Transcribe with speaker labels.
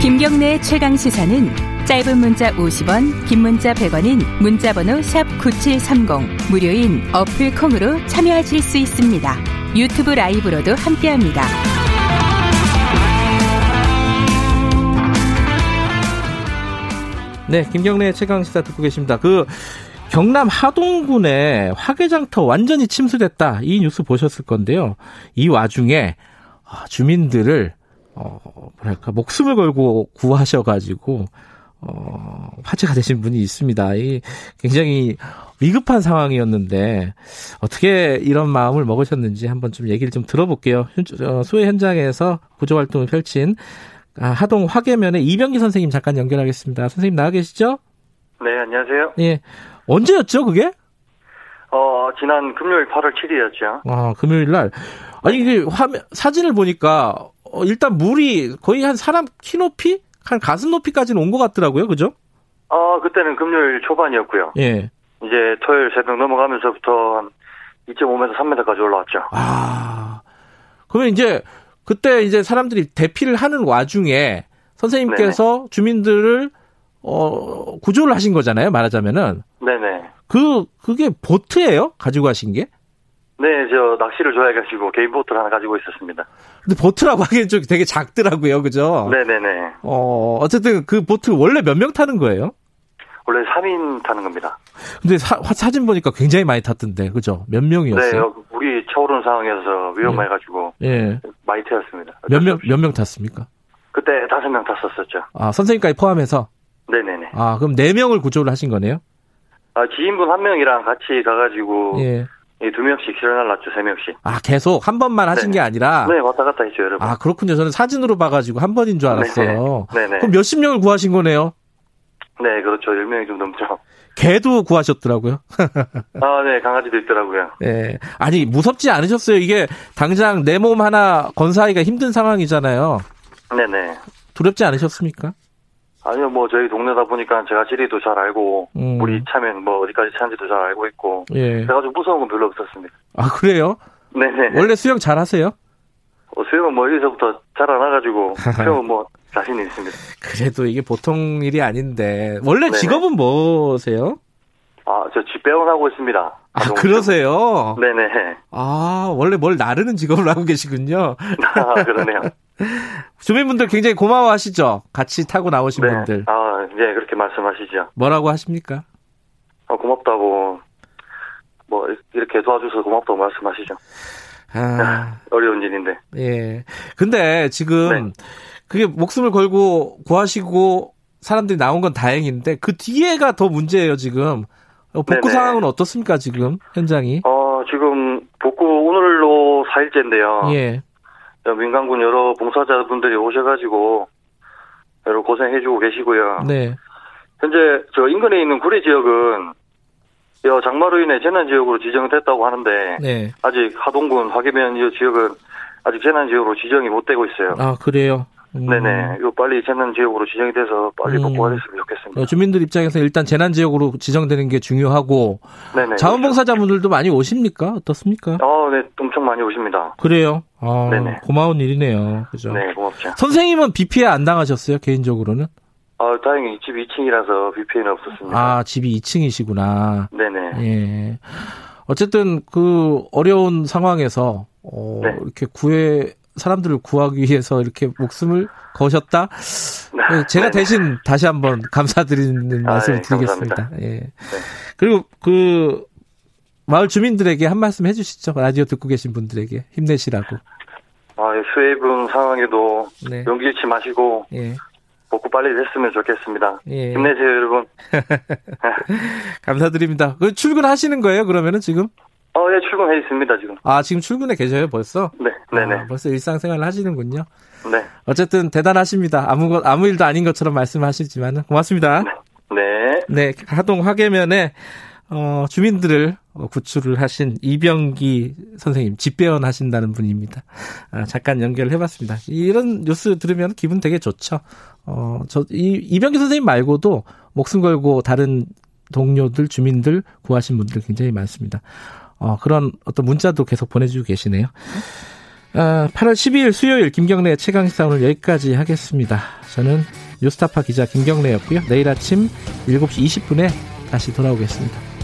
Speaker 1: 김경래의 최강 시사는 짧은 문자 50원, 긴 문자 100원인 문자번호 샵 9730 무료인 어플 콩으로 참여하실 수 있습니다. 유튜브 라이브로도 함께합니다.
Speaker 2: 네, 김경래 최강 시사 듣고 계십니다. 그 경남 하동군에 화개장터 완전히 침수됐다 이 뉴스 보셨을 건데요. 이 와중에 아, 주민들을 어 뭐랄까 목숨을 걸고 구하셔가지고 어 화제가 되신 분이 있습니다. 이 굉장히 위급한 상황이었는데 어떻게 이런 마음을 먹으셨는지 한번 좀 얘기를 좀 들어볼게요. 소외 현장에서 구조 활동을 펼친 아, 하동 화계면의 이병기 선생님 잠깐 연결하겠습니다. 선생님 나와 계시죠?
Speaker 3: 네, 안녕하세요.
Speaker 2: 예. 언제였죠, 그게?
Speaker 3: 어, 지난 금요일 8월 7일이었죠.
Speaker 2: 아, 금요일 날. 아니, 이게 화면, 사진을 보니까, 어, 일단 물이 거의 한 사람 키 높이? 한 가슴 높이까지는 온 것 같더라고요, 그죠?
Speaker 3: 어, 그때는 금요일 초반이었고요.
Speaker 2: 예.
Speaker 3: 이제 토요일 새벽 넘어가면서부터 한 2.5m, 3m까지 올라왔죠.
Speaker 2: 아. 그러면 이제, 그때 이제 사람들이 대피를 하는 와중에 선생님께서
Speaker 3: 네네.
Speaker 2: 주민들을 어 구조를 하신 거잖아요. 말하자면은
Speaker 3: 네네.
Speaker 2: 그 그게 보트예요? 가지고 가신 게?
Speaker 3: 네, 저 낚시를 좋아해가지고 개인 보트를 하나 가지고 있었습니다.
Speaker 2: 근데 보트라고 하기엔 좀 되게 작더라고요, 그죠?
Speaker 3: 네네네.
Speaker 2: 어 어쨌든 그 보트 원래 몇 명 타는 거예요?
Speaker 3: 원래 3인 타는 겁니다.
Speaker 2: 근데 사, 사진 보니까 굉장히 많이 탔던데, 그죠? 몇
Speaker 3: 네,
Speaker 2: 명이었어요?
Speaker 3: 물이 차오르는 상황에서 위험해가지고
Speaker 2: 예.
Speaker 3: 많이 태웠습니다.
Speaker 2: 몇 명 몇 명 탔습니까?
Speaker 3: 그때 다섯 명 탔었었죠.
Speaker 2: 아 선생님까지 포함해서
Speaker 3: 네네네.
Speaker 2: 아 그럼 네 명을 구조를 하신 거네요?
Speaker 3: 아, 지인분 한 명이랑 같이 가가지고
Speaker 2: 예.
Speaker 3: 예, 두 명씩 일어날랐죠, 세 명씩.
Speaker 2: 아 계속 한 번만 하신
Speaker 3: 네네.
Speaker 2: 게 아니라
Speaker 3: 네, 왔다 갔다 했죠, 여러분.
Speaker 2: 아, 그렇군요. 저는 사진으로 봐가지고 한 번인 줄 알았어요.
Speaker 3: 네, 네, 네.
Speaker 2: 그럼 몇십 명을 구하신 거네요?
Speaker 3: 네, 그렇죠. 열 명이 좀 넘죠.
Speaker 2: 개도 구하셨더라고요.
Speaker 3: 아, 네, 강아지도 있더라고요.
Speaker 2: 네. 아니, 무섭지 않으셨어요? 이게 당장 내 몸 하나 건사하기가 힘든 상황이잖아요.
Speaker 3: 네네.
Speaker 2: 두렵지 않으셨습니까?
Speaker 3: 아니요, 뭐, 저희 동네다 보니까 제가 지리도 잘 알고,
Speaker 2: 음.
Speaker 3: 물이 차면 뭐, 어디까지 차는지도 잘 알고 있고,
Speaker 2: 예.
Speaker 3: 그래가지고 무서운 건 별로 없었습니다.
Speaker 2: 아, 그래요?
Speaker 3: 네네.
Speaker 2: 원래 수영 잘 하세요?
Speaker 3: 어, 수영은 뭐, 여기서부터 자라나가지고, 수영은 뭐, 자신이 있습니다.
Speaker 2: 그래도 이게 보통 일이 아닌데. 원래
Speaker 3: 네네.
Speaker 2: 직업은 뭐세요?
Speaker 3: 아, 저 집 배원하고 있습니다.
Speaker 2: 아, 그러세요?
Speaker 3: 네네.
Speaker 2: 아, 원래 뭘 나르는 직업을 하고 계시군요.
Speaker 3: 아, 그러네요.
Speaker 2: 주민분들 굉장히 고마워하시죠? 같이 타고 나오신
Speaker 3: 네.
Speaker 2: 분들.
Speaker 3: 아, 네, 그렇게 말씀하시죠.
Speaker 2: 뭐라고 하십니까?
Speaker 3: 아, 고맙다고, 뭐, 이렇게 도와줘서 고맙다고 말씀하시죠.
Speaker 2: 아,
Speaker 3: 어려운 일인데.
Speaker 2: 예. 근데
Speaker 3: 네.
Speaker 2: 지금 그게 목숨을 걸고 구하시고 사람들이 나온 건 다행인데 그 뒤에가 더 문제예요, 지금. 어, 복구
Speaker 3: 네네.
Speaker 2: 상황은 어떻습니까, 지금 현장이?
Speaker 3: 어, 지금, 복구 오늘로 4일째인데요.
Speaker 2: 예.
Speaker 3: 저 민간군 여러 봉사자분들이 오셔가지고 여러 고생해주고 계시고요.
Speaker 2: 네.
Speaker 3: 현재 저 인근에 있는 구리 지역은 여 장마로 인해 재난지역으로 지정됐다고 하는데
Speaker 2: 네.
Speaker 3: 아직 하동군 화계면 이 지역은 아직 재난지역으로 지정이 못 되고 있어요.
Speaker 2: 아, 그래요. 음.
Speaker 3: 네네, 이거 빨리 재난지역으로 지정이 돼서 빨리
Speaker 2: 음.
Speaker 3: 복구하셨으면 좋겠습니다.
Speaker 2: 어, 주민들 입장에서 일단 재난 지역으로 지정되는 게 중요하고
Speaker 3: 네네. 그렇죠.
Speaker 2: 자원봉사자분들도 많이 오십니까? 어떻습니까?
Speaker 3: 어, 네, 엄청 많이 오십니다.
Speaker 2: 그래요. 아,
Speaker 3: 네네.
Speaker 2: 고마운 일이네요. 그죠?
Speaker 3: 네, 고맙죠.
Speaker 2: 선생님은 비 피해 안 당하셨어요, 개인적으로는?
Speaker 3: 어, 다행히 집 2층이라서 BP는 없었습니다.
Speaker 2: 아, 집이 2층이시구나.
Speaker 3: 네. 네네.
Speaker 2: 예. 어쨌든 그 어려운 상황에서 어,
Speaker 3: 네.
Speaker 2: 이렇게 구해 사람들을 구하기 위해서 이렇게 목숨을 거셨다. 예, 제가
Speaker 3: 네네.
Speaker 2: 대신 다시 한번 감사드리는
Speaker 3: 아,
Speaker 2: 말씀을
Speaker 3: 예,
Speaker 2: 드리겠습니다.
Speaker 3: 감사합니다. 네.
Speaker 2: 예. 그리고 그 마을 주민들에게 한 말씀 해주시죠. 라디오 듣고 계신 분들에게 힘내시라고.
Speaker 3: 아, 예, 수해분 상황에도
Speaker 2: 네.
Speaker 3: 용기 잃지 마시고
Speaker 2: 예.
Speaker 3: 복구 빨리 됐으면 좋겠습니다.
Speaker 2: 예.
Speaker 3: 힘내세요, 여러분.
Speaker 2: 감사드립니다. 그 출근하시는 거예요? 그러면은 지금?
Speaker 3: 어, 예, 출근해 있습니다, 지금.
Speaker 2: 아 지금 출근해 계셔요 벌써?
Speaker 3: 네, 네네.
Speaker 2: 아, 벌써 일상생활을 하시는군요.
Speaker 3: 네.
Speaker 2: 어쨌든 대단하십니다. 아무 것 아무 일도 아닌 것처럼 말씀하시지만 고맙습니다.
Speaker 3: 네.
Speaker 2: 네, 하동 화계면에 어, 주민들을 어, 구출을 하신 이병기 선생님 집배원 하신다는 분입니다. 아, 잠깐 연결을 해봤습니다. 이런 뉴스 들으면 기분 되게 좋죠. 어, 저 이, 이병기 선생님 말고도 목숨 걸고 다른 동료들 주민들 구하신 분들 굉장히 많습니다. 어, 그런 어떤 문자도 계속 보내주고 계시네요. 아, 8월 12일 수요일 김경래 최강시사 오늘 여기까지 하겠습니다. 저는 뉴스타파 기자 김경래였고요. 내일 아침 7시 20분에 다시 돌아오겠습니다.